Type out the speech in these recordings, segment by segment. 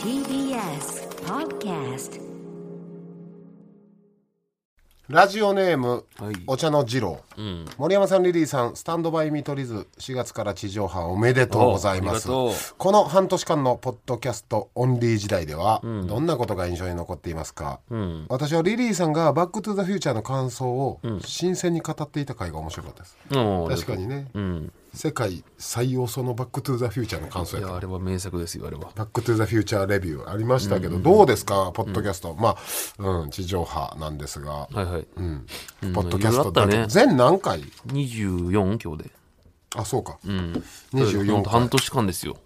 TBS Podcast ラジオネーム、はいお茶の二郎、森山さんリリーさんスタンドバイ見取り図4月から地上波おめでとうございますおありがとこの半年間のポッドキャストオンリー時代では、どんなことが印象に残っていますか、私はリリーさんが「バック・トゥ・ザ・フューチャー」の感想を新鮮に語っていた回が面白かったです、うん確かにね、世界最遅の「バック・トゥ・ザ・フューチャー」の感想いやからやあれは名作ですよあれはバックトゥザフューチャーレビューありましたけど、どうですか、ポッドキャスト。まあ、うん、地上波なんですが、はいはい、うん、ポッドキャストだいろいとろあった全何回24今日であ、そうか。ほ24んと半回。年間ですよ、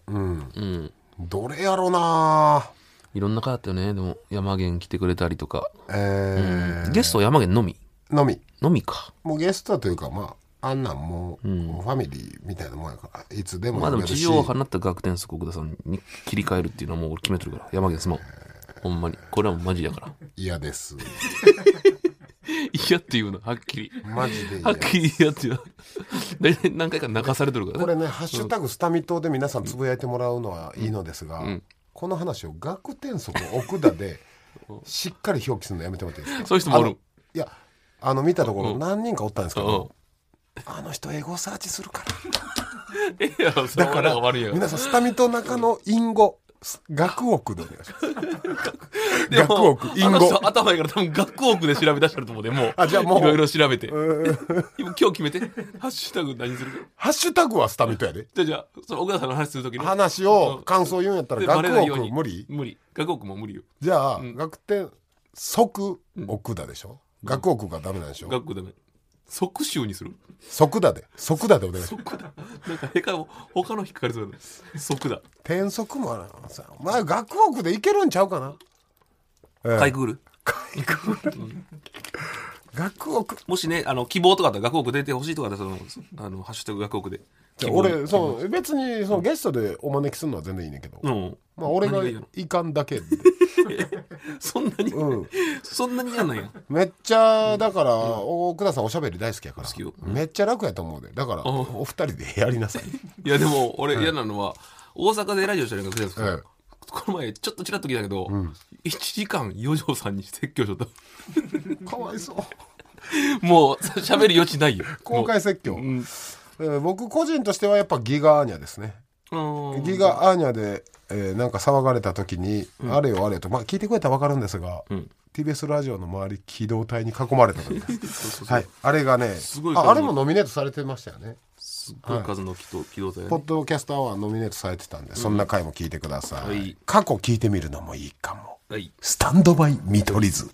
どれやろな、いろんな回あったよねでも山源来てくれたりとか、えゲスト山源のみーのみ。のみかもうゲストというか、まあ、あんなんもう、ファミリーみたいなもんやから、いつでもまあで呼もべる地し、上を放った学天祖国田さんに切り替えるっていうのはもう俺決めてるから山源すまんほんまにこれはもうマジやから 嫌 です。嫌っていうのはっきりマジで嫌はっ。きり嫌っていう大体何回か泣かされてるからねこれね、ハッシュタグスタミ島で皆さんつぶやいてもらうのはいいのですが、この話を学天則奥田でしっかり表記するのやめてもらっていいですかそういう人もおるあのいやあの見たところ何人かおったんですけうんど、あの人英語サーチするからいやそれだはかなんから悪いやん皆さんスタミと中の隠語学奥でお願いしますでも学億隠あの語人頭いいから多分学億で調べ出してると思うでもうあじゃあもういろいろ調べて今日決めてハッシュタグ何するかハッシュタグはスタミとやでじゃあじゃあその奥田さんの話するときに話を感想言うんやったらでバレないよ学うに奥無理無理学億も無理よじゃあ、学天即奥田でしょ、学奥がダメなんでしょ、学校ダメ即臭にする即だで即だでお願いします即だなんかへかを他の引っかかりそうだね即だ転職もあるのさお前学億でいけるんちゃうかな かいくぐる学億もしねあの希望とかあったら学億出てほしいとかだったらそのあのハッシュタグ学億でじゃあ俺そう別にそのゲストでお招きするのは全然いいねんけど、うんまあ俺何ががいいのいかんだけでそんなに、うんそんなに嫌なんやめっちゃだから奥田さんおしゃべり大好きやからきよめっちゃ楽やと思うでだからんお二人でやりなさい いやでも俺嫌なのは、大阪でラジオしてるんですけど、ええこの前ちょっとちらっと聞いたけど、1時間四条さんに説教しとっかわいそうたもう喋る余地ないよ 公開説教、んえー僕個人としてはやっぱギガアーニャですねもううんギガアーニャで、えーなんか騒がれた時に、あれよあれよと、まあ、聞いてくれたら分かるんですが、TBS ラジオの周り機動隊に囲まれた時です はい、あれがねごい数ああれもノミネートされてましたよねすっごい数の機動機動隊ねポッドキャストアワーノミネートされてたんでそんな回も聞いてください、はい過去聞いてみるのもいいかもはいスタンドバイ見取り図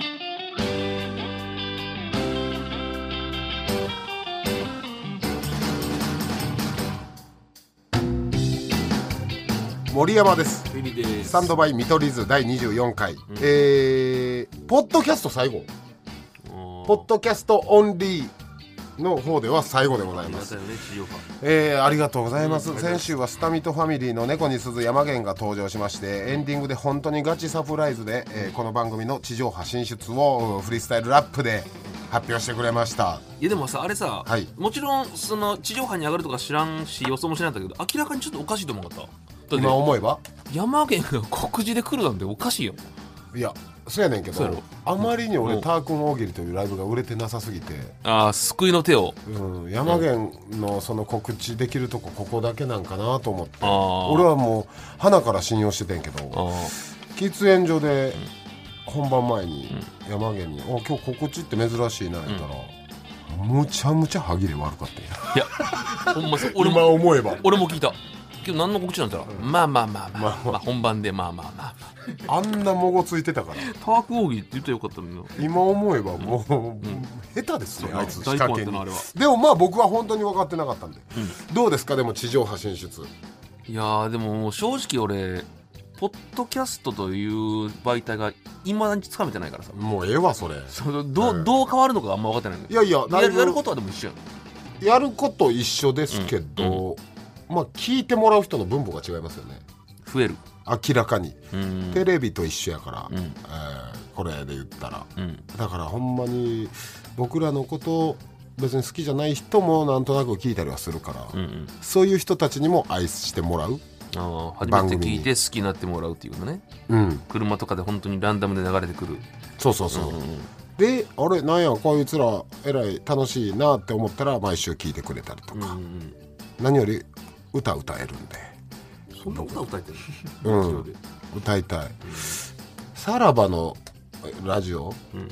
森山ですベリーでスすタンドバイ見取り図第24回、えーポッドキャスト最後うんポッドキャストオンリーの方では最後でございありまがすたいよね地上波えーありがとうございます先週はスタミトファミリーの猫に鈴山源が登場しましてエンディングで本当にガチサプライズで、えーこの番組の地上波進出をうんフリースタイルラップで発表してくれましたいやでもさあれさ、はいもちろんその地上波に上がるとか知らんし予想もしなかったけど明らかにちょっとおかしいと思わなかっただ今って思えば山源が告示で来るなんておかしいよいやそうやねんけそうやろどあまりに俺うん「タークン大喜利」というライブが売れてなさすぎて、ああ救いの手をうん、山源のその告知できるとこここだけなんかなと思ってああ俺はもう花から信用しててんけどああ喫煙所で本番前に山源に「お今日心地って珍しいな」言ったら、むちゃむちゃ歯切れ悪かったんやいや、ほんまそう、俺今も、思えば俺も聞いた。今日何の告知なんだったら、まあまあまあまあ、まあ、本番でまあまあまあ。あんなもごついてたからタワーク奥義って言ったらよかったのよ。今思えばもう、下手ですねそうあいつ仕大根掛けやったなあれにはでもまあ僕は本当に分かってなかったんで、どうですかでも地上波進出いやー、でももう正直俺、ポッドキャストという媒体がいまだにつかめてないからさ。もうええわそれそのどううんどう変わるのかあんま分かってないのいよやいやだやいるぶやることはでも一緒やんやること一緒ですけど、まあ聞いてもらう人の分母が違いますよね増える明らかに、うんテレビと一緒やから、えんーこれで言ったらうんだからほんまに僕らのこと別に好きじゃない人もなんとなく聞いたりはするから、うんうんそういう人たちにも愛してもらうあー番初めて組聞にいて好きになってもらうっていうのねうん車とかで本当にランダムで流れてくるそうそうそう、うんうんであれなんやこいつらえらい楽しいなって思ったら毎週聴いてくれたりとうんうか、ん何より歌歌えるんでそんな歌歌えてるうんラジオで歌いたい、さらばのラジオうん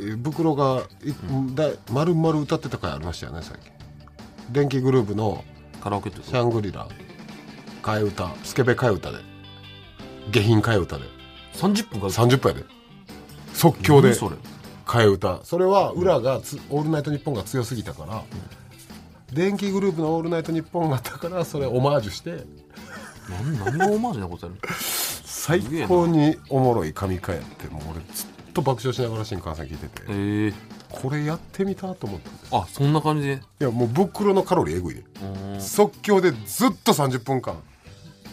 えー袋がい、だ丸々歌ってた回ありましたよね最近電気グループのカラオケってこシとャングリラ替え歌スケベ替え歌で下品替え歌で30分か30分やで即興で何それ替え歌それは裏がつ「オールナイトニッポン」が強すぎたから、電気グループの「オールナイトニッポン」があったからそれオマージュして何何をオマージュなことやる 最げえな高におもろい神替えってもう俺ずっと爆笑しながら新幹線聞いててええこれやってみたと思ったんですあそんな感じでいやもう袋のカロリーえぐいでうん即興でずっと30分間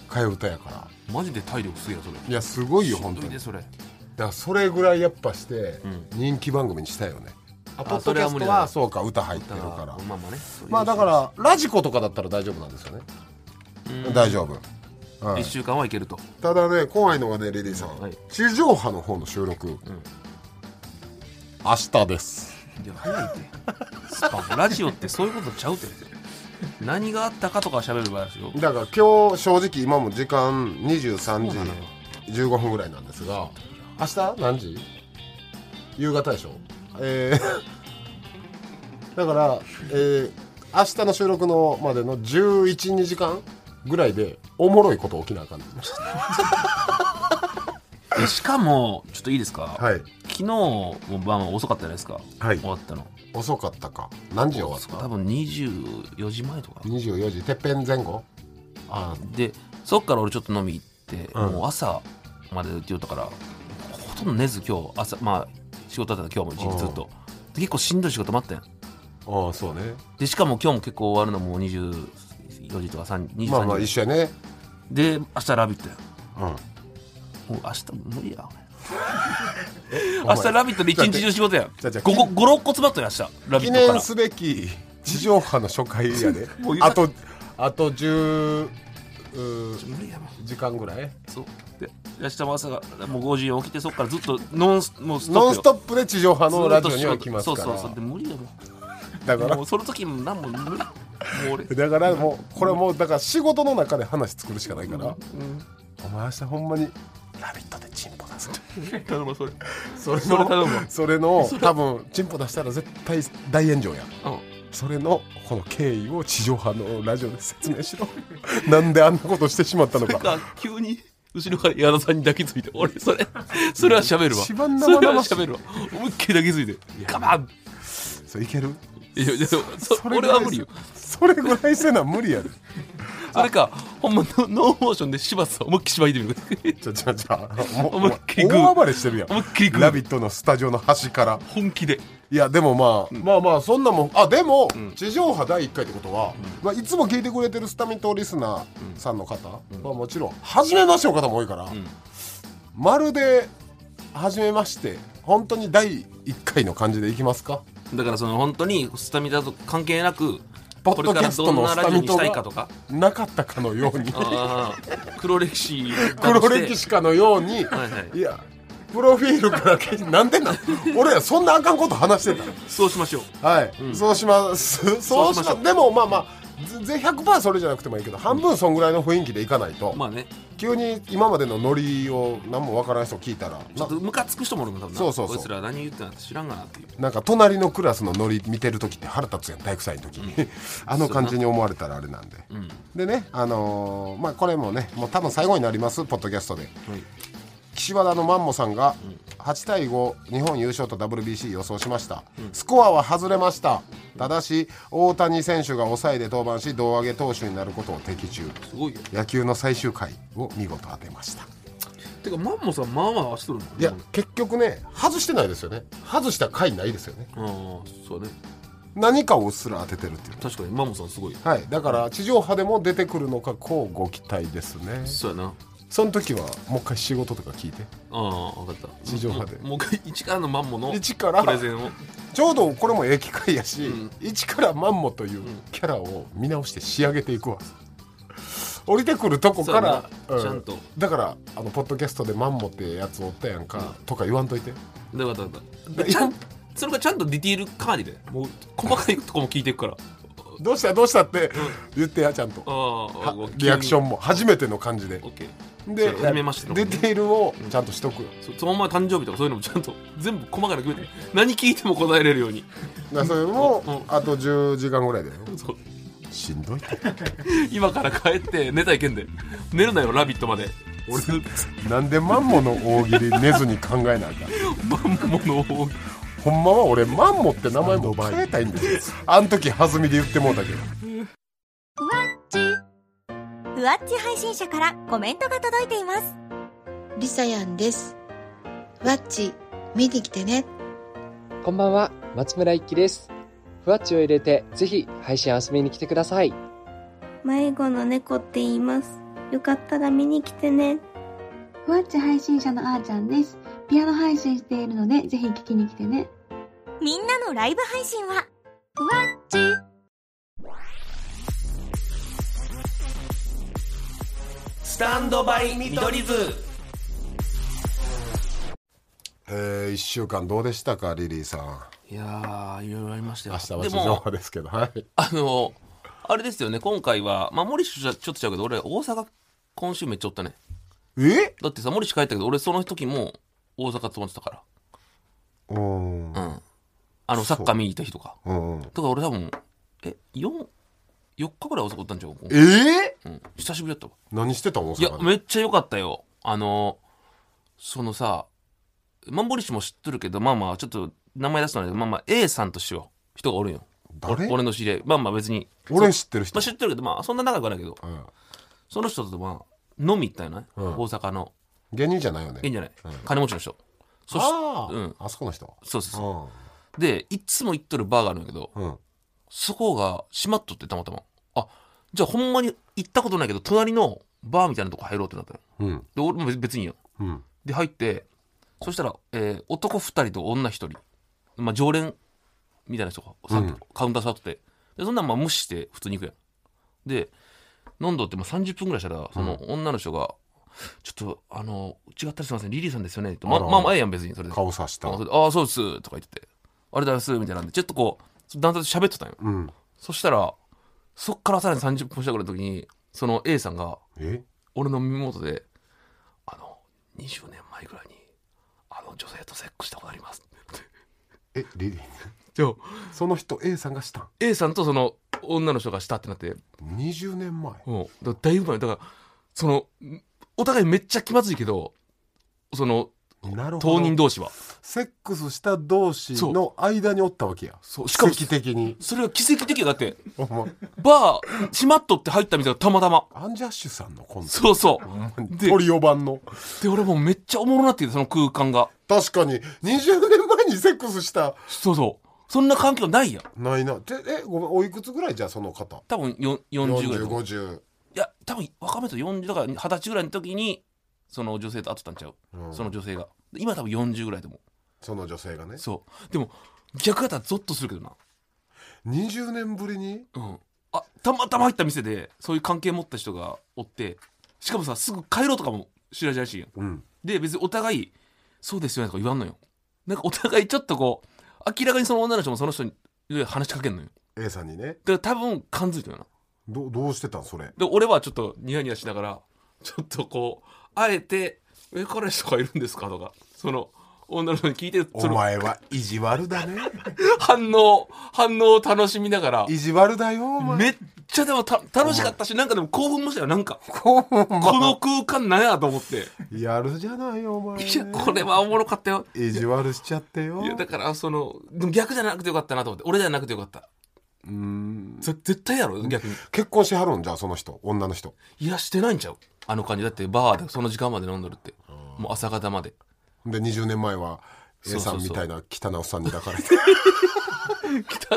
替え歌やからマジで体力すげえなそれいやすごいよ本本当当ににでそれだからそれぐらいやっぱしてん人気番組にしたいよね、あポッドそキれャはスト無理だねはそうか歌入ってだるかかららまあまあねまあだからラジコとかだったら大丈夫なんですよね大丈夫、はい1、週間はいけるとただね怖いのがねリリーさん、はい地上波の方の収録、明日ですいや早いってスパもラジオってそういうことちゃうって何があったかとかは喋る場合ですよだから今日正直今も時間23時15分ぐらいなんですが明日何時夕方でしょえー だから、えー明日の収録のまでの112時間ぐらいでおもろいこと起きなあかんえしかもちょっといいですか、はい昨日もまあまあ遅かったじゃないですか、はい終わったの遅かったか何時終わった多分24時前とか24時てっぺん前後あでそっから俺ちょっと飲み行って、うんもう朝までって言うたからほとんど寝ず今日朝まあ仕事だったから今日も一日ずっとで結構しんどい仕事待ったやんああそうねでしかも今日も結構終わるのもう24時とか3 23時、まあまあ一緒やねで明日「ラビット!」やんうんもう明日無理や お明前日「ラビット!」で一日中仕事やんじゃあじゃあ56個詰まったよ明日「記ラビット!」か念らすべき地上波の初回やで もう言うあとあと10うー無理やもん時間ぐらいそうで明日も朝がもう5時に起きてそっからずっとノンスもうストップよノンストップで地上波のずラっジとオに仕は事来ますからそうそうそうで無理やもんだかもうその時も何も無理もう俺らだからもうこれもうだから仕事の中で話作るしかないから、うんお前明日ほんまに「ラビット!」でチンポ出 す頼むそれそれそれ頼むのそれの多分チンポ出したら絶対大炎上やうそれのこの経緯を地上波のラジオで説明し ろなんであんなことしてしまったのんなんかか急に後ろから矢田さんに抱きついて俺それそれは喋るわ一番それ生は々しい喋るわ思いっきり抱きついてガバンそれいけるいやいやそそれぐ俺らいは無理よそれぐらいせな無理やでそれかほんまノノーモーションで柴田さん思いっきり芝居てみるちょちょち ょもう思いっきりグー大暴れしてるやん思いっきりグーラビット!」のスタジオの端から本気でいやでもまあ、まあまあそんなもんあでも、地上波第1回ってことは、まあ、いつも聞いてくれてるスタミトリスナーさんの方、まあ、もちろん初めましての方も多いから、まるで初めまして本当に第1回の感じでいきますかだからその本当にスタミナと関係なくポッこれドキからャスどトんのなスラタジオミにしトたいかがとかなかったかのようにあー黒歴史黒歴史かのように、はいいはいやプロフィールからけ なんでなん俺らそんなあかんこと話してそうしましょうたはい、そうしますそうしまそうしましょでもまあまあぜぜ100%それじゃなくてもいいけど半分そんぐらいの雰囲気でいかないと、まあね急に今までのノリを何もわからない人聞いたらちょなっとムカつく人もおるもん多分なそうそうそうこいつら何言ってんのか知らんがなっていうなんか隣のクラスのノリ見てる時って腹立つやん体育祭の時に あの感じに思われたらあれなんで、でねあのーまあこれもねもう多分最後になりますポッドキャストで岸和田のマンモさんが8対5日本優勝と WBC 予想しました、スコアは外れましたただし大谷選手が抑えで登板し胴上げ投手になることを的中すごいよ野球の最終回を見事当てましたてかマンモさんまあまあ合わせとるもんねいや結局ね外してないですよね外した回ないですよねああそうね何かをうっすら当ててるっていう確かにマンモさんすごいよはいだから地上波でも出てくるのかこうご期待ですねそうやなその時はもう一回仕事とか聞いてああ分かった地上波でもうもう一回一からのマンモの一からプレゼンをちょうどこれもええ機会やし、一からマンモというキャラを見直して仕上げていくわ。降りてくるとこからそううやなちゃんとだからあのポッドキャストでマンモってやつおったやんか、とか言わんといてだからだからちゃんそれがちゃんとディティール管理でもう細かいとこも聞いていくからどうしたどうしたって言ってやちゃんとああはリアクションンも初めての感じでオッケーでそう初めましてのディテールをちゃんとしとくよ、そそのまま誕生日とかそういうのもちゃんと全部細かな決めて何聞いても答えれるようにだからそれもうんあと10時間ぐらいでそうしんどいって今から帰って寝たいけんで寝るなよ「ラビット!」まで 俺なんでマンモの大喜利寝ずに考えなあかんマンモの大喜ほんまは俺マンモって名前も変えたいんですよあん時弾みで言ってもうたけどふわっち配信者からコメントが届いていますリサヤンです。ワッチ、見に来てね。こんばんは、松村一輝です。ふわっちを入れて、ぜひ配信遊びに来てください。迷子の猫って言います。よかったら見に来てね。ふわっち配信者のあーちゃんです。ピアノ配信しているので、ぜひ聞きに来てね。みんなのライブ配信はスタンドバイ見取り図えー、1週間どうでしたかリリーさんいやーいろいろありましたよ明日はで地も上波ですけどはいあのあれですよね今回はまあ森氏ちょっとちゃうけど俺大阪今週めっちゃおったねえだってさ森氏帰ったけど俺その時も大阪泊まってたかうんらうんあのサそうッカー見に行った日とかうんだから俺多分え四4日ぐらい大阪おったんちゃうえー、うん、久しぶりだったわ何してたの大いや阪でめっちゃ良かったよあのそのさマンボリ氏も知っとるけどまあまあちょっと名前出すのはねまあまあ A さんとしよう人がおるんよ誰俺の知り合いまあまあ別に俺知ってるま人あ、知ってるけどまあそんな仲良くはないけどうんその人とまあ飲み行ったよね、うん大阪の芸人じゃないよねいいんじゃない、うん金持ちの人そしああ、うんあそこの人そうそううそんうでいつも行っとるバーがあるんやけどうんそこが閉まっとってたまたまあじゃあほんまに行ったことないけど隣のバーみたいなとこ入ろうってなったのうんで俺も別別にいいようんで入ってそしたら、えー男2人と女1人、まあ、常連みたいな人がうさんカウンター座っててでそんなんまあ無視して普通に行くやんで飲んどってもう30分ぐらいしたらその女の人が「ちょっとあの違ったりすいませんリリーさんですよね」ってまあらまあまあええやん別にそれで「あ顔さしたそれであーそうです」とか言ってて「ありがとうございます」みたいなんでちょっとこう男性と喋ってたんようんそしたらそっからさらに30分したぐらいの時にその A さんが「え俺の耳元で「あの20年前ぐらいにあの女性とセックスしたことあります」えリリーじゃあその人 A さんがしたん A さんとその女の人がしたってなって20年前うんだだいぶ前だからそのお互いめっちゃ気まずいけどそのなるほ当ど人同士はセックスした同士の間におったわけやそうししかかも奇跡的にそれは奇跡的だってお前バー閉まっとって入ったみたいなたまたまアンジャッシュさんのコントそうそうでトリオ版ので俺もめっちゃおもろなっててその空間が確かに20年前にセックスしたそうそうそんな環境ないやんないなでえごめんおいくつぐらいじゃあその方多分よ40ぐらいだと思う4050いや多分若めと40だから二十歳ぐらいの時にその女性と会ってたんちゃう、うんその女性が今多分40ぐらいでもその女性がねそうでも逆だったらゾッとするけどな20年ぶりにうんあたまたま入った店でそういう関係持った人がおってしかもさすぐ帰ろうとかも知らじらしいやんうんで別にお互い「そうですよね」とか言わんのよなんかお互いちょっとこう明らかにその女の人もその人に話しかけんのよ A さんにねだから多分感づいたよなどどうしてたんそれで俺はちょっとニヤニヤしながらちょっとこうあえて「え彼氏とかいるんですか?」とかその女の人に聞いておその前は意地悪だ ね反応反応を楽しみながら意地悪だよお前めっちゃでもた楽しかったしなんかでも興奮もしたよなんかこの空間なんやと思ってやるじゃないよお前いやこれはおもろかったよ意地悪しちゃってよいやだからそのでも逆じゃなくてよかったなと思って俺じゃなくてよかったうんぜ絶対やろ逆に結婚しはるんじゃあその人女の人いやしてないんちゃうあの感じだってバーでその時間まで飲んどるってもう朝方まで で20年前は A うそうさそうんみたいな汚おっさんに抱か れて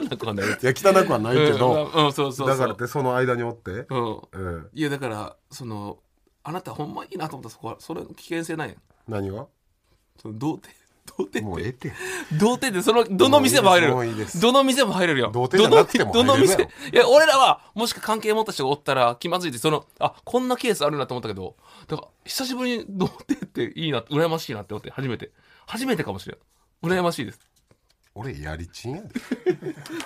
汚くはないいや汚くはないけど、うんうん、そうそうそうだからってその間におって、うん、うん、いやだからそのあなたほんまいいなと思ったそこはそれの危険性ないやん何がその童貞 童貞もうええって童貞ってそのどの店も入れもういいでるすどの店も入れるやん童貞じゃなくてもどの入れるやろどの店いや俺らはもしか関係持った人がおったら気まずいってそのあこんなケースあるなと思ったけどだから久しぶりに童貞っていいな羨ましいなって思って初めて初めてかもしれん羨ましいです俺やりちんやで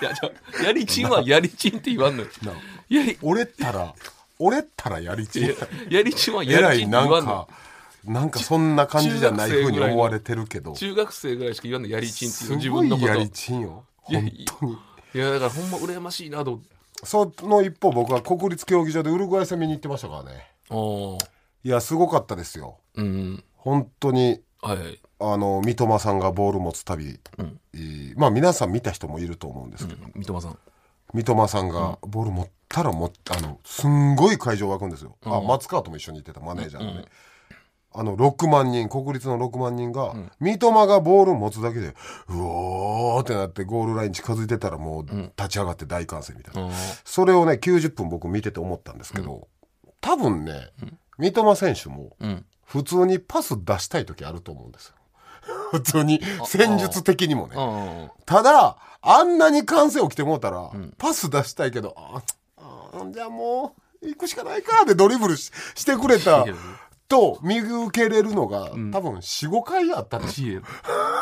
いやじゃあやりちんはやりちんって言わんのよなやり俺ったら俺ったらやりちんいやややりちんはえやらりちいんってな言わんんのよかなんかそんな感じじゃない中ふう学生ぐにらいの思われてるけど中学生ぐらいしか言わんのやりちんっていうす自ご分いのことやりちんよいやい本い当にいやだからほんま羨ましいなと思ってその一方僕は国立競技場でウルグアイ戦見に行ってましたからねおーいやすごかったですようん本当にはいあの三笘さんがボール持つたび、うんえーまあ皆さん見た人もいると思うんですけど、三笘さん三笘さんがボール持ったらもあのすんごい会場湧くんですよ、あ松川とも一緒に行ってたマネージャーのね、あの6万人国立の6万人が、三笘がボール持つだけでうおーってなってゴールライン近づいてたらもう立ち上がって大歓声みたいな、あーそれをね90分僕見てて思ったんですけど、多分ね、三笘選手もうん普通にパス出したい時あると思うんですよ 普通に戦術的にもねあただあんなに歓声起きてもうたら、パス出したいけどああじゃあもう行くしかないかでドリブルししてくれたいいけどねと見受けれるのが、多分45回あったんあでいや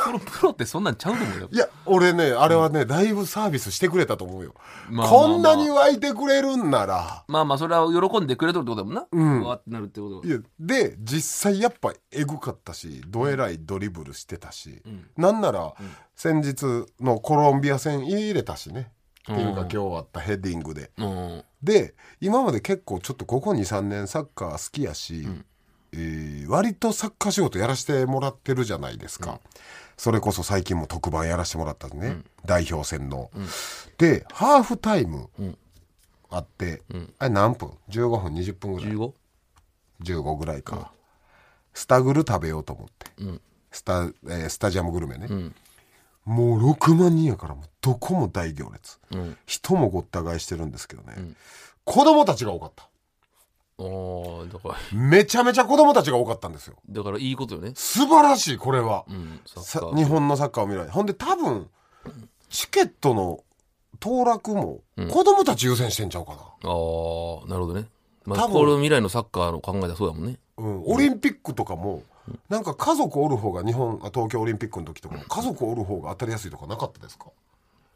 プロプロってそんなんちゃうと思うよいや俺ねあれはね、だいぶサービスしてくれたと思うよ、まあまあまこあんなに湧いてくれるんならまあまあそれは喜んでくれとるってことだもんなうんわーってなるってことはいやで実際やっぱエグかったしどえらいドリブルしてたし、んなんなら先日のコロンビア戦入れたしね、っていうか今日あったヘディングでうんで今まで結構ちょっとここ23年サッカー好きやし、えー割とサッカー仕事やらせてもらってるじゃないですか、それこそ最近も特番やらせてもらったんですね、代表戦の、でハーフタイムあって、あれ何分15分20分ぐらい 15? 15ぐらいか、スタグル食べようと思って、スタえースタジアムグルメね、もう6万人やからもうどこも大行列、人もごった返してるんですけどね、子供たちが多かったおーだからめちゃめちゃ子供たちが多かったんですよだからいいことよね素晴らしいこれは、うんサッさカー日本のサッカーを見られほんで多分チケットの当落も子供たち優先してんちゃうかな、ああなるほどねまあ多分これ未来のサッカーの考えだそうだもんねうん、オリンピックとかも、なんか家族おる方が日本あ東京オリンピックの時とかも家族おる方が当たりやすいとかなかったですか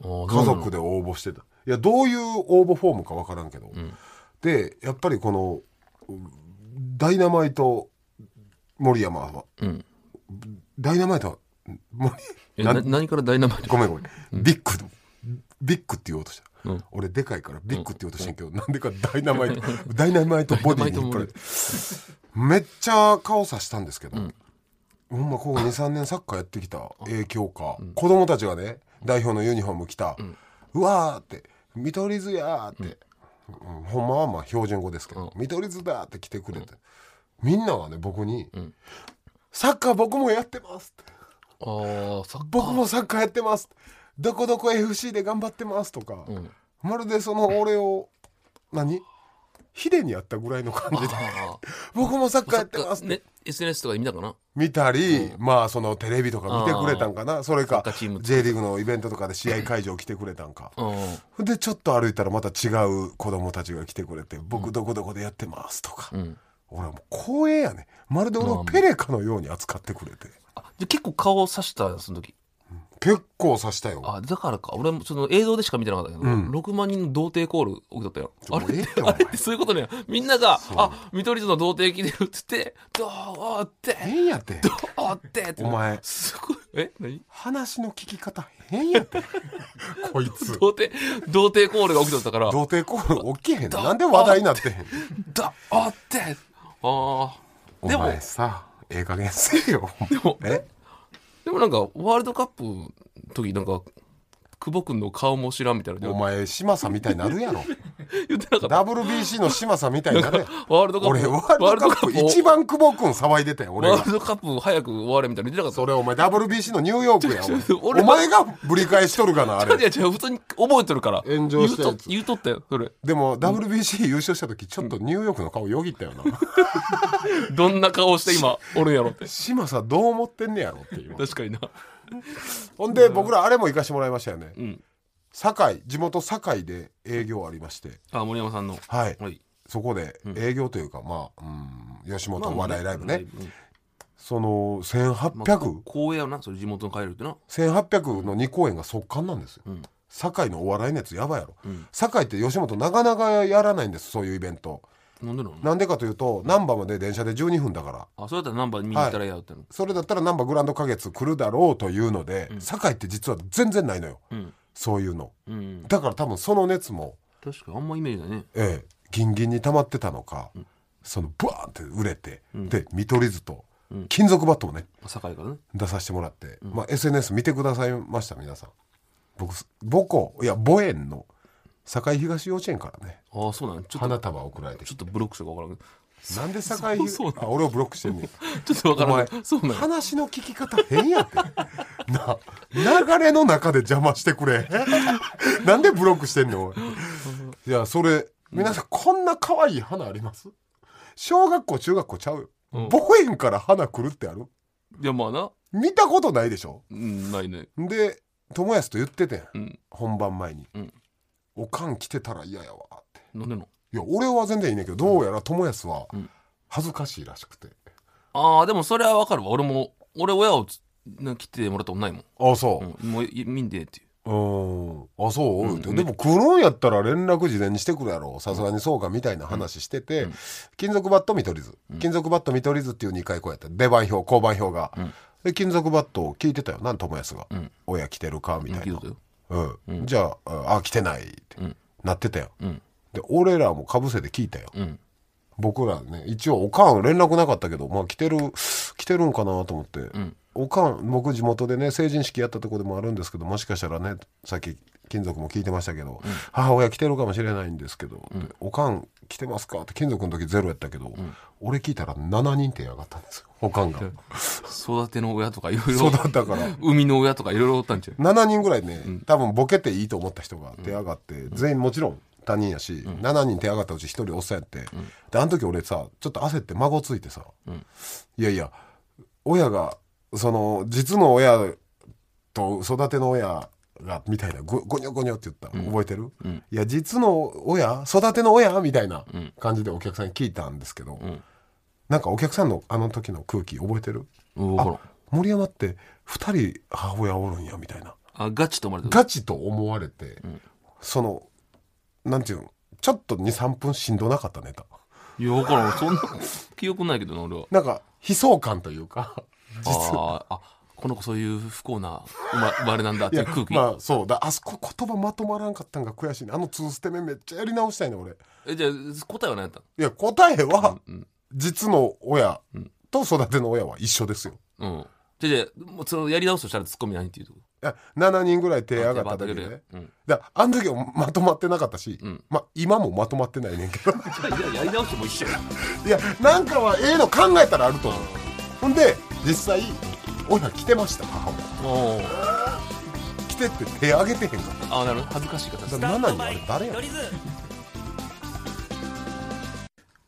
家家族で応募してたいやどういう応募フォームか分からんけど、でやっぱりこのうんダイナマイト森山はうんダイナマイトは森えな何からダイナマイトごめんごめん、ビッグビッグって言おうとした、うん俺でかいからビッグって言おうとしたんやけど、なんでかダイナマイトダイナマイトボディに引っ張られてめっちゃ顔さしたんですけど、ほんまここ23年サッカーやってきた影響か、子供たちがね代表のユニフォーム着た、うわーって「見取り図や」って、うんほんまはまあ標準語ですけど「見取り図だ」って来てくれて、みんながね僕に、サッカー僕もやってます」って。あーサッカー僕もサッカーやってますどこどこ FC で頑張ってますとか、んまるでその俺を何ヒデにやったぐらいの感 じであー僕もサッカーサやっッてカますーね SNS とかで見たかな見たり、まあそのテレビとか見てくれたんかなそれサッかカーチーム J リーグのイベントとかで試合会場来てくれたんか、うんでちょっと歩いたらまた違う子供たちが来てくれて「僕どこどこでやってます」とか、ん俺はもう光栄やねまるで俺をペレカのように扱ってくれてあで結構顔をさしたその時結構刺したよあだからか俺もその映像でしか見てなかったけど、6万人の童貞コール起きとったよちょあもうええれっっててあおれっ前てそういうことねみんなが「あ見取り図の童貞来てる」っつって「どうって変やってどうって」ってお前すごいえ何話の聞き方変やってこいつ童貞童貞コールが起きとったから童貞コール起きへんなんで話題になってへん「どうって」あーでおも前さええ加減せえよでもえでもなんかワールドカップの時なんか久保君の顔も知らんみたいなお前嶋佐みたいになるやろ言ってなかった WBC の嶋佐みたいになるやんワールドカップ俺ワールドカップ一番久保君騒いでたよ俺ワーがルドカップ早く終われみたいな言ってなかったそれお前 WBC のニューヨークやちょお俺前お前がぶり返しとるかなあれいや違う普通に覚えてるから炎上したやつ言うと言うとったよそれでも WBC 優勝した時ちょっとニューヨークの顔よぎったよなどんな顔して 今おるんやろって嶋佐どう思ってんねやろっていう確かになほんで僕らあれも行かしてもらいましたよね、ん堺地元堺で営業ありましてあ森山さんのはいはいそこで営業というか、まあうん吉本お笑いライブね、そのまあ1800こ光栄やなそれ地元に帰るってな1800の2公演が速乾なんですよ、ん堺のお笑いのやつやばいやろ、ん堺って吉本なかなかやらないんですそういうイベントなんでなのなんでかというと難波まで電車で12分だからあそうやったらナンバー見に行ったらええやってのそれだったら難波グランド花月来るだろうというので、堺って実は全然ないのようんそういうのうんだから多分その熱も、確かにあんまイメージないねええ、ギンギンに溜まってたのか、そのブワーンって売れて、で見取り図と金属バットもね堺からね出させてもらって、まあ、SNS 見てくださいました皆さん僕母校いや母園の堺東幼稚園からねああそうなんやちょっ花と束送られてちきょってとブロックしたか分からんけなんで堺東そうそうあ俺をブロックしてんねん どちょっと分おから前んけどそうなんや話の聞き方変やって な流れの中で邪魔してくれ なんでブロックしてんのいやそれ皆さんこんな可愛い花あります小学校中学校ちゃうよ、うん母園から花来るってあるいやまあな見たことないでしょうんないねで友康と言っててんうん本番前に、うんおかん来てたら嫌やわってなんでのいや俺は全然いいねんけどどうやら友康はうん恥ずかしいらしくて、ああでもそれは分かるわ俺も俺親をつな来てもらったことないもんあそう、うん、もうい見んでっていううーんあそう、うんででも来るんやったら連絡事前にしてくるやろさすがにそうかみたいな話してて、うん金属バット見取り図、金属バット見取り図っていう2回こうやって出番表交番表が、うんで金属バットを聞いてたよな友康が、うん親来てるかみうんたい聞いなた、ようんうんじゃああ来てないって、うんなってたようんで俺らもかぶせて聞いたようん僕らね一応おかん連絡なかったけどまあ来てる来てるんかなと思って、んおかん僕地元でね成人式やったとこでもあるんですけどもしかしたらねさっき金属も聞いてましたけど、母親来てるかもしれないんですけど、でおかん来てますかって金属の時ゼロやったけど、俺聞いたら7人って上がったんですよおかんが育ての親とかいろいろそうだったから生みの親とかいろいろおったんちゃう7人ぐらいね、多分ボケていいと思った人が手上がって、全員もちろん他人やし、7人手上がったうち1人おっさんやって、であの時俺さちょっと焦って孫ついてさ、いやいや親がその実の親と育ての親がみたいなごごにょごにょって言った、覚えてる、いや実の親育ての親みたいな感じでお客さんに聞いたんですけど、なんかお客さんのあの時の空気覚えてるうん分からんあ森山って2人母親おるんやみたいなあガチと思われてるガチと思われて、そのなんていうのちょっと23分しんどなかったネタいや分からんそんな記憶ないけどな俺はなんか悲壮感というか実あーあこの子そういう不幸な生ま 生まれなんだっいていうや空気、まあそうだあそこ言葉まとまらんかったんが悔しいねあのツーステ目めっちゃやり直したいね俺いえじゃあ答えは何やったや答えは、うん実の親と育ての親は一緒ですよのうんじゃあじゃあもうそのやり直すとしたらツッコミ何っていうとこいや7人ぐらい手上がっただけけで、でね、うんだからあの時はまとまってなかったし、うんまあ今もまとまってないねんけどじゃあいややり直しても一緒やいやなんかはええの考えたらあると思うほんで実際親来てました母親おお来てって手挙げてへんかっあなるほど恥ずかしいからた だから7人あれ誰やねん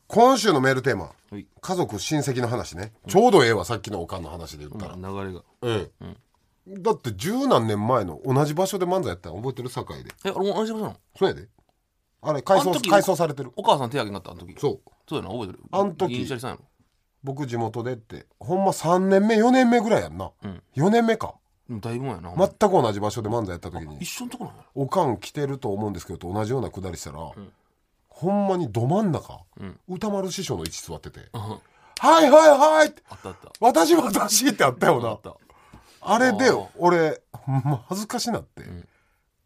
今週のメールテーマはい家族親戚の話ね、ちょうどええわさっきのおかんの話で言ったら、流れがええだって十何年前の同じ場所で漫才やったの覚えてる堺でえ俺も安心したのそうやであれ改あ装ん時改装されてるお母さん手挙げんかったあの時そうそうやな覚えてるあん時銀シャリさんやろ僕地元でってほんま3年目4年目ぐらいやんな、うん4年目かでもだいぶ前やな、全く同じ場所で漫才やった時に一緒のとこなんやおかん来てると思うんですけどと同じようなくだりしたら、ほんまにど真ん中、うん歌丸師匠の位置座ってて「うんはいはいはいあったあった私私」ってあったよあっなたあれであー俺ほんま恥ずかしなって、ん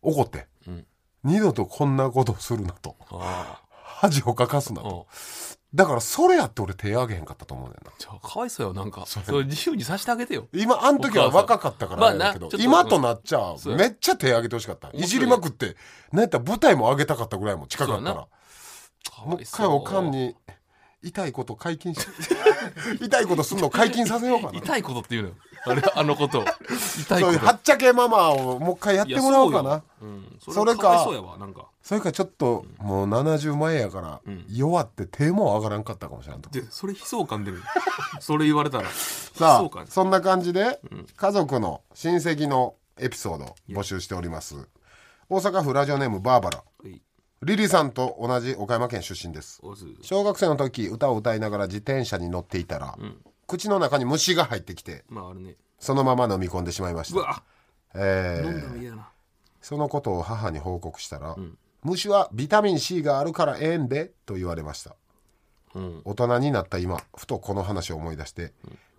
怒って、うん二度とこんなことするなとあ恥をかかすなあうと、んだからそれやって俺手上げへんかったと思うねんなじゃあかわいそうよなんかそれ自由にさせてあげてよ今あの時は若かったからあれやけど、まあなちょっと今となっちゃそうやめっちゃ手上げてほしかった面白いいじりまくってなんやったら舞台も上げたかったぐらいも近かったそうらもう一回おかんに痛いこと解 禁し痛いことすんの解禁させようかな痛いことって言うのよあれあのことを痛 いそうこいうとはっちゃけママをもう一回やってもらおうかないやそうようんそれそれかかわいそうやわなんかそれかちょっともう70前やからうん弱って手も上がらんかったかもしれんとでそれ悲壮感出る それ言われたら悲さ壮あ感そんな感じでうん家族の親戚のエピソード募集しております大阪府ラジオネームバーバラはいリリさんと同じ岡山県出身ですおず小学生の時歌を歌いながら自転車に乗っていたら、うん口の中に虫が入ってきてまああれねそのまま飲み込んでしまいましうた、わえ飲んだのー、嫌やなそのことを母に報告したら、ん虫はビタミン C があるからええんでと言われましたうん大人になった今ふとこの話を思い出して、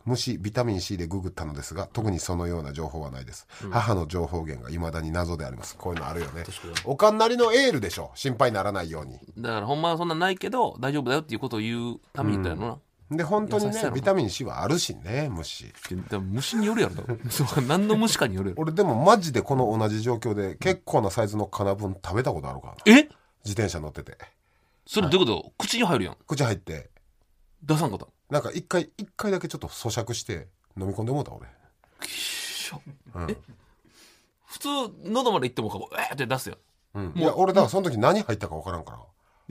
虫ビタミン C でググったのですが特にそのような情報はないです、母の情報源が未だに謎でありますこういうのあるよねおかんなりのエールでしょ心配にならないようにだからほんまはそんなないけど大丈夫だよっていうことを言うために言ったんやろなで本当に優しねさのビタミン C はあるしね虫ででも虫によるやろだか らそう何の虫かによるやろ俺でもマジでこの同じ状況で結構なサイズの金分食べたことあるからなえ自転車乗っててそれどういうこと、口に入るやん口入って出さんかったなんか一回一回だけちょっと咀嚼して飲み込んでもうた俺きっしょうん普通喉まで行ってもかもえーって出すやんうん、いや俺だからその時何入ったか分からんから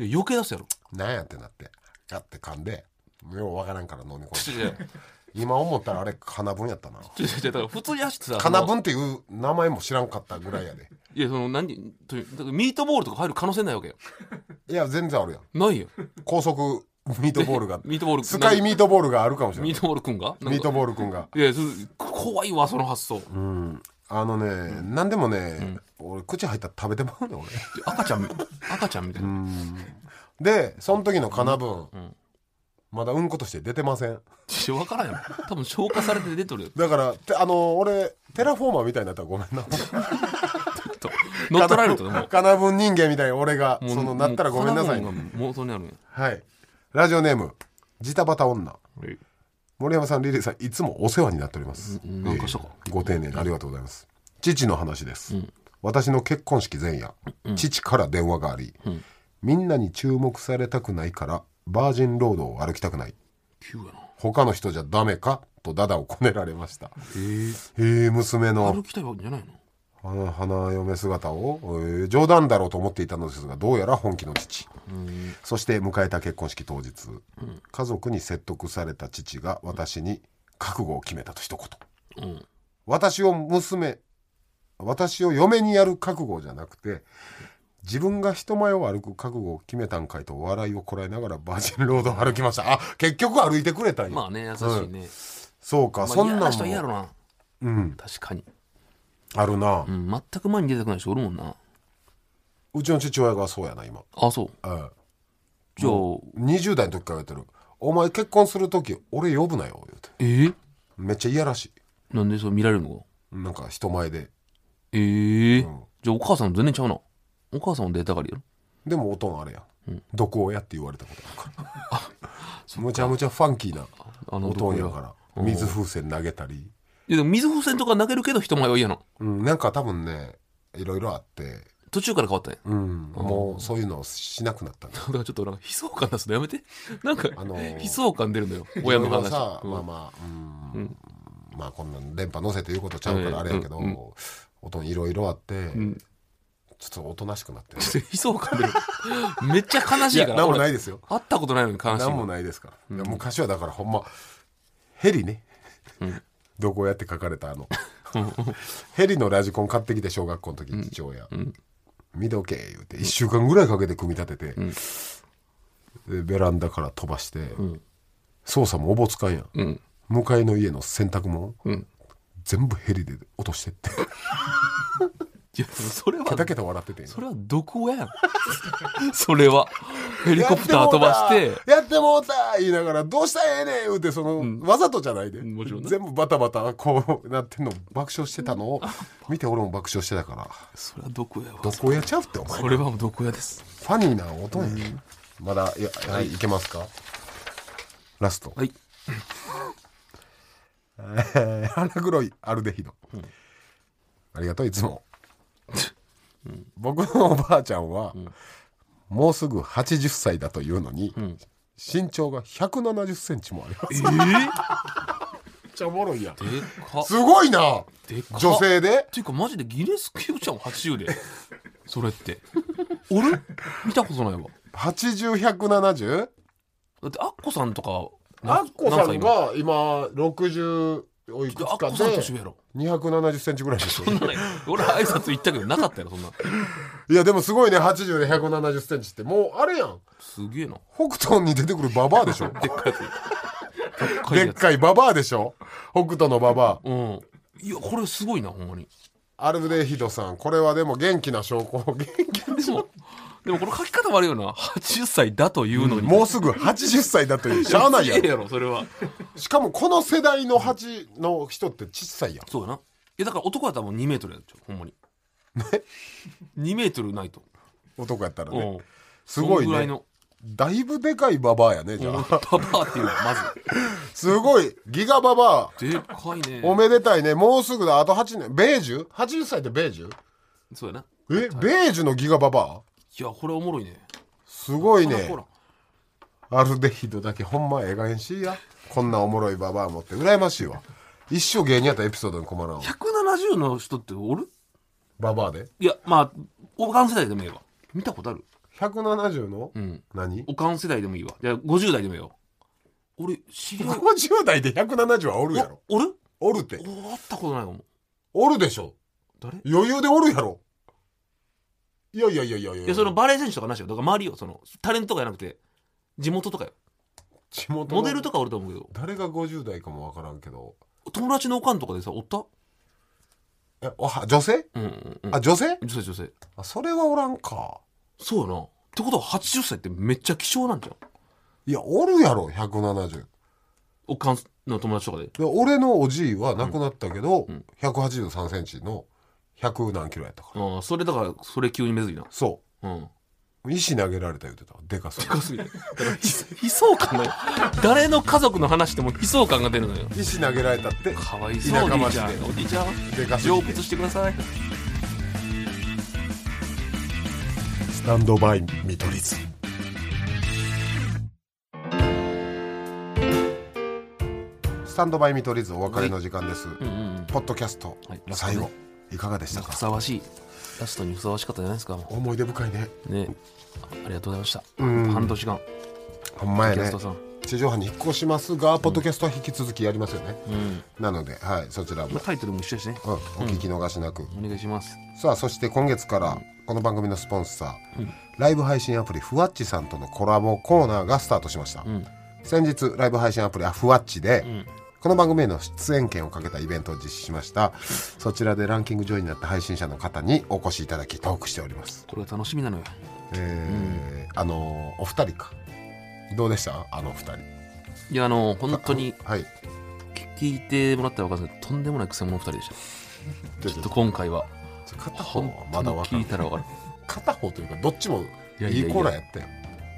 いや余計出すやろなんやってなってガッて噛んでよう分からんから飲み込ん で違う違う今思ったらあれ金分やったな違う違うだから普通に走ってさ金分っていう名前も知らんかったぐらいや でいやその何というだからミートボールとか入る可能性ないわけよいや全然あるやんないよ高速ミートボール がミートボールスカイなんかミートボールがあるかもしれないミートボールくんがなんかミートボールくんがいやそ怖いわその発想うんあのね、なんでもね、俺口入ったら食べてまうねん俺赤ちゃん赤ちゃんみ たいな、でその時のかな分、んまだうんことして出てませんちょ分からんやろ多分消化されて出とるよだからてあの俺テラフォーマーみたいになったらごめんなちょっと乗っ取られると もうかな分人間みたいに俺がもうそのなったらごめんなさいもうね元にあるんやはいラジオネームジタバタ女森山さんリリーさんいつもお世話になっておりますうんなんかしたかご丁寧にありがとうございます父の話です、うん私の結婚式前夜、父から電話があり、うんみんなに注目されたくないからバージンロードを歩きたくない急やな他の人じゃダメかとダダをこねられましたえー娘歩のきたいわけじゃないのあの花嫁姿を、えー冗談だろうと思っていたのですがどうやら本気の父そして迎えた結婚式当日、家族に説得された父が私に覚悟を決めたと一言うん私を娘私を嫁にやる覚悟じゃなくて自分が人前を歩く覚悟を決めたんかいと笑いをこらえながらバージンロードを歩きましたあ結局歩いてくれたんや、まあね優しいね、そうか、まあ、そんなん嫌な人は嫌やもろなうん確かに、あるな、ううん、全く前に出てこない人おるもんなちの父親がそうやな今、あそううん、じゃあ20代の時からやってる「お前結婚する時俺呼ぶなよ」言うてえーめっちゃ嫌らしなんでそう見られるのかいなんか人前でええうんじゃあお母さん全然ちゃうなお母さんも出たがりやろでも音のあれや、ん、どこやって言われたことあるからむちゃむちゃファンキーなあの音男やがから水風船投げたり、いやでも水風船とか投げるけど人前は嫌なのうん、なんか多分ねいろいろあって、途中から変わったねうん、もうそういうのをしなくなったんだ だからちょっとなんか悲壮感出すのやめてなんか、あのー悲壮感出るのよ親のいろいろ話さ、うんまあまあうん、まあこんなん電波乗せて言うことちゃうからあれやけど、うんうん音いろいろあって、んちょっとおとなしくなってる悲壮感出る めっちゃ悲しいいやからなんも俺ないですよ会ったことないのに悲しいなんものないですから、いや昔はだからほんまヘリね、どこやって書かれたあのヘリのラジコン買ってきて小学校の時父親、見とけ言うて1週間ぐらいかけて組み立てて、でベランダから飛ばして、操作もおぼつかんやん、うん向かいの家の洗濯物、うん全部ヘリで落としてって いやでもそれケタケはタ笑っててそれは毒親やん それはヘリコプター飛ばしてやってもうた言いながらどうしたらええねん言うてその、わざとじゃないでもちろんね全部バタバタこうなってんの爆笑してたのを見て俺も爆笑してたからそれは毒親やわどこやっちゃうってお前それはもう毒親ですファニーな音やんまだいや、はい、いけますかラスト はいえー腹黒いアルデヒド、ありがとういつも、 僕のおばあちゃんは、もうすぐ80歳だというのに、身長が1 7 0ンチもあり ますめっちゃおもろいやんでかっすごいなでかっ女性でっていうかマジでギネス記録ちゃん80でそれって俺見たことないわ80170だってアッコさんとかなあっこさん何歳が今60おいく今つアッかコさんで年上やろ2 7 0ンチぐらいですよそんなない俺挨拶行ったけどなかったよそんないやでもすごいね80で1 7 0ンチってもうあれやんすげえな北斗に出てくるババアでしょでっかいやつでっかいでっやつかいババアでしょ北斗のババうんいやこれすごいなほんまにアアルデヒドさんこれはでも元気な証拠元でもでもこの書き方悪いよな80歳だというの気にもうすぐ80歳だというしゃあないや すげえんやろそれはしかもこの世代の8の人って小さいやんそうやないやだから男は多分2メートルやっちゃうほんまに2メートルないと男やったらうねんすごいそんぐらいねのだいぶでかいババアやねじゃうんあパパーっていうのはすごいギガババまずでっかいねアおめでたいねもうすぐだあと8年ベージュ ?80 歳ってベージュそうやなえベージュのギガババアいやこれおもろいねすごいほらねほらアルデヒドだけほんまええがへんしいやこんなおもろいババア持って羨ましいわ一生芸人やったらエピソードに困らんわ170の人っておるババアでいやまあおかん世代でもいいわ見たことある170の、うん何おかん世代でもいいわじゃあ50代でもいいわ俺知り合い50代で170はおるやろお俺おるってお会ったことないかもおるでしょ誰い余裕でおるやろいやいやいやいやいややそのバレー選手とかなしよだから周りよそのタレントとかじゃなくて地元とかよ地元のモデルとかおると思うけど誰が50代かもわからんけど友達のおかんとかでさおったえおは女性うんうんうんあ女性女性女性あそれはおらんかそうやなってことは80歳ってめっちゃ希少なんじゃんいやおるやろ170おかんの友達とかでで俺のおじいは亡くなったけど、183センチの100何キロやったから、ああそれだからそれ急に目ずいなそうんう石投げられた言うてたでかそう高すぎてだから悲 悲壮感の誰の家族の話でも悲壮感が出るのよ石投げられたってかわいそう田お舎兄町ちゃんでお兄ちゃんでかすぎ成て仏してくださいスタンドバイ見取り図スタンドバイ見取り図お別れの時間です、うんうんうんポッドキャスト、はい最ラ後スいかがでしたかふさわしいラストにふさわしかったじゃないですかも思い出深いねうねあありがとうございましたうん半年間ほんまやゲねストさん地上波に引っ越しますがポッドキャストは引き続きやりますよね、うんなので、はい、そちらまもあ、タイトルも一緒やしねうん、お聞き逃しなく、お願いしますさあそして今月からこの番組のスポンサー、ライブ配信アプリふわっちさんとのコラボコーナーがスタートしました、ん先日ライブ配信アプリあふわっちで、んこの番組への出演権をかけたイベントを実施しましたそちらでランキング上位になった配信者の方にお越しいただきトークしております、これが楽しみなのよえーあのーお二人かどうでしたあの二人いやあの本当にはい聞いてもらったら分かるんですけどとんでもないくせ者の2人でしちたょちょっと今回は片方本は当まにだわか聞いるたら分かる片方というかどっちもいやいやいいやいコーナーやったよ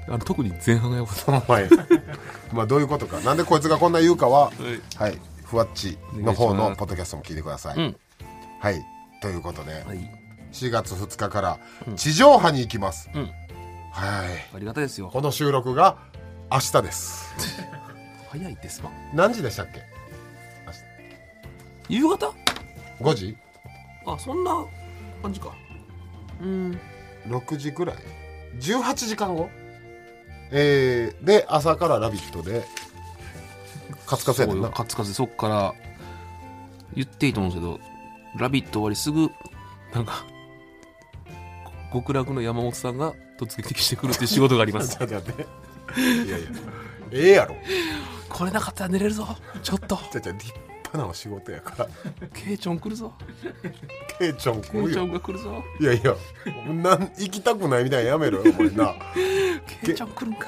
あの特に前半がよかったお前 まあどういうことかなんでこいつがこんな言うかははい、ふわっちの方のポッドキャストも聞いてください。うんはい、ということで、はい4月2日から地上波に行きます。うんはい、ありがたいですよこの収録が明日です。早いですわ何時でしたっけ？夕方5時あそんな感じかうん？6時ぐらい？18時間後？えー、で朝からラビットでカツカツやねんな。カツカツでそっから言っていいと思うんですけど「ラビット!」終わりすぐなんか極楽の山本さんが突撃してくるっていう仕事がありますちょっと待っていやいや、ええやろ。 これなかったら寝れるぞちょっとじゃじゃ立派なお仕事やから。ケイちゃん来るぞケイちゃん来ケイるちゃんよ。が来るぞいやいや、なん行きたくないみたいなやめろよお前な。ケイちゃん来るんか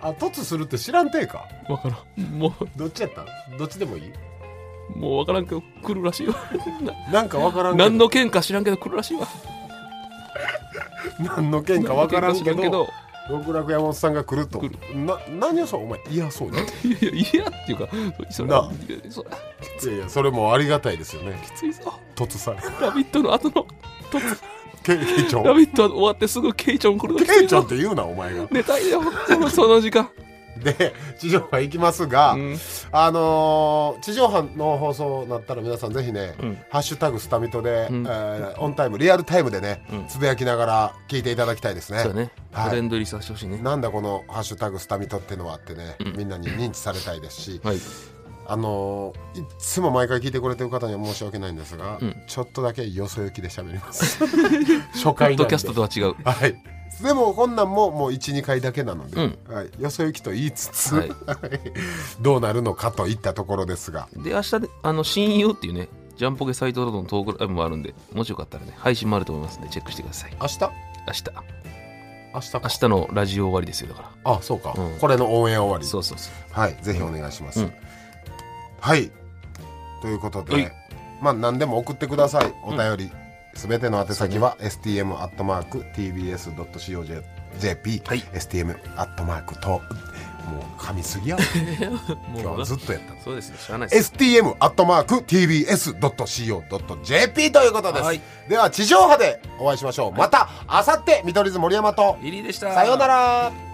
あ、突するって知らんてえか。わからんもどっちやったどっちでもいい。うもうわからんけど来るら しいわななんかわからんけど。何の喧嘩知らんけど来るらしいわ何の件かわからんけど。極楽山本さんが来ると来な何をそうお前いやそうだいやいやっていうかそれなあいやそれいやいやそれもありがたいですよねきついぞ突されラビットの後のとケイちゃんラビット終わってすぐケイチョン来るのきつケいイちゃんぞって言うなお前が寝たいよそのその時間で地上波行きますが、うん あのー地上波の放送になったら皆さんぜひね、うんハッシュタグスタミトで、うんえーオンタイムリアルタイムでね、うんつぶやきながら聞いていただきたいですねそうだねはいトレンド入りさせてほしいねなんだこのハッシュタグスタミトってのはってね、みんなに認知されたいですし、はいあのーいっつも毎回聞いてくれてる方には申し訳ないんですが、うんちょっとだけよそ行きで喋ります 初ポ回なんッドでキャストとは違うはい。でもこんなんももう12回だけなので、はい、よそ行きと言いつつ、はいどうなるのかといったところですがで明日であの親友っていうねジャンポケサイトなどのトークライブもあるんでもしよかったらね配信もあると思いますんでチェックしてください明日明日明日か明日のラジオ終わりですよだかあそうか、うんこれのオンエア終わらりそうそうそうはいぜひお願いします、うんはいということで、はいまあ何でも送ってくださいお便り、すべての宛先は stm.tbs.co.jp、はい stm アットマークともう噛みす ぎやろもう今日はずっとやったそうですね知らないです stm アットマーク tbs.co.jp ということです、はいでは地上波でお会いしましょうまたあさって見取り図森山とリリーでしたさようなら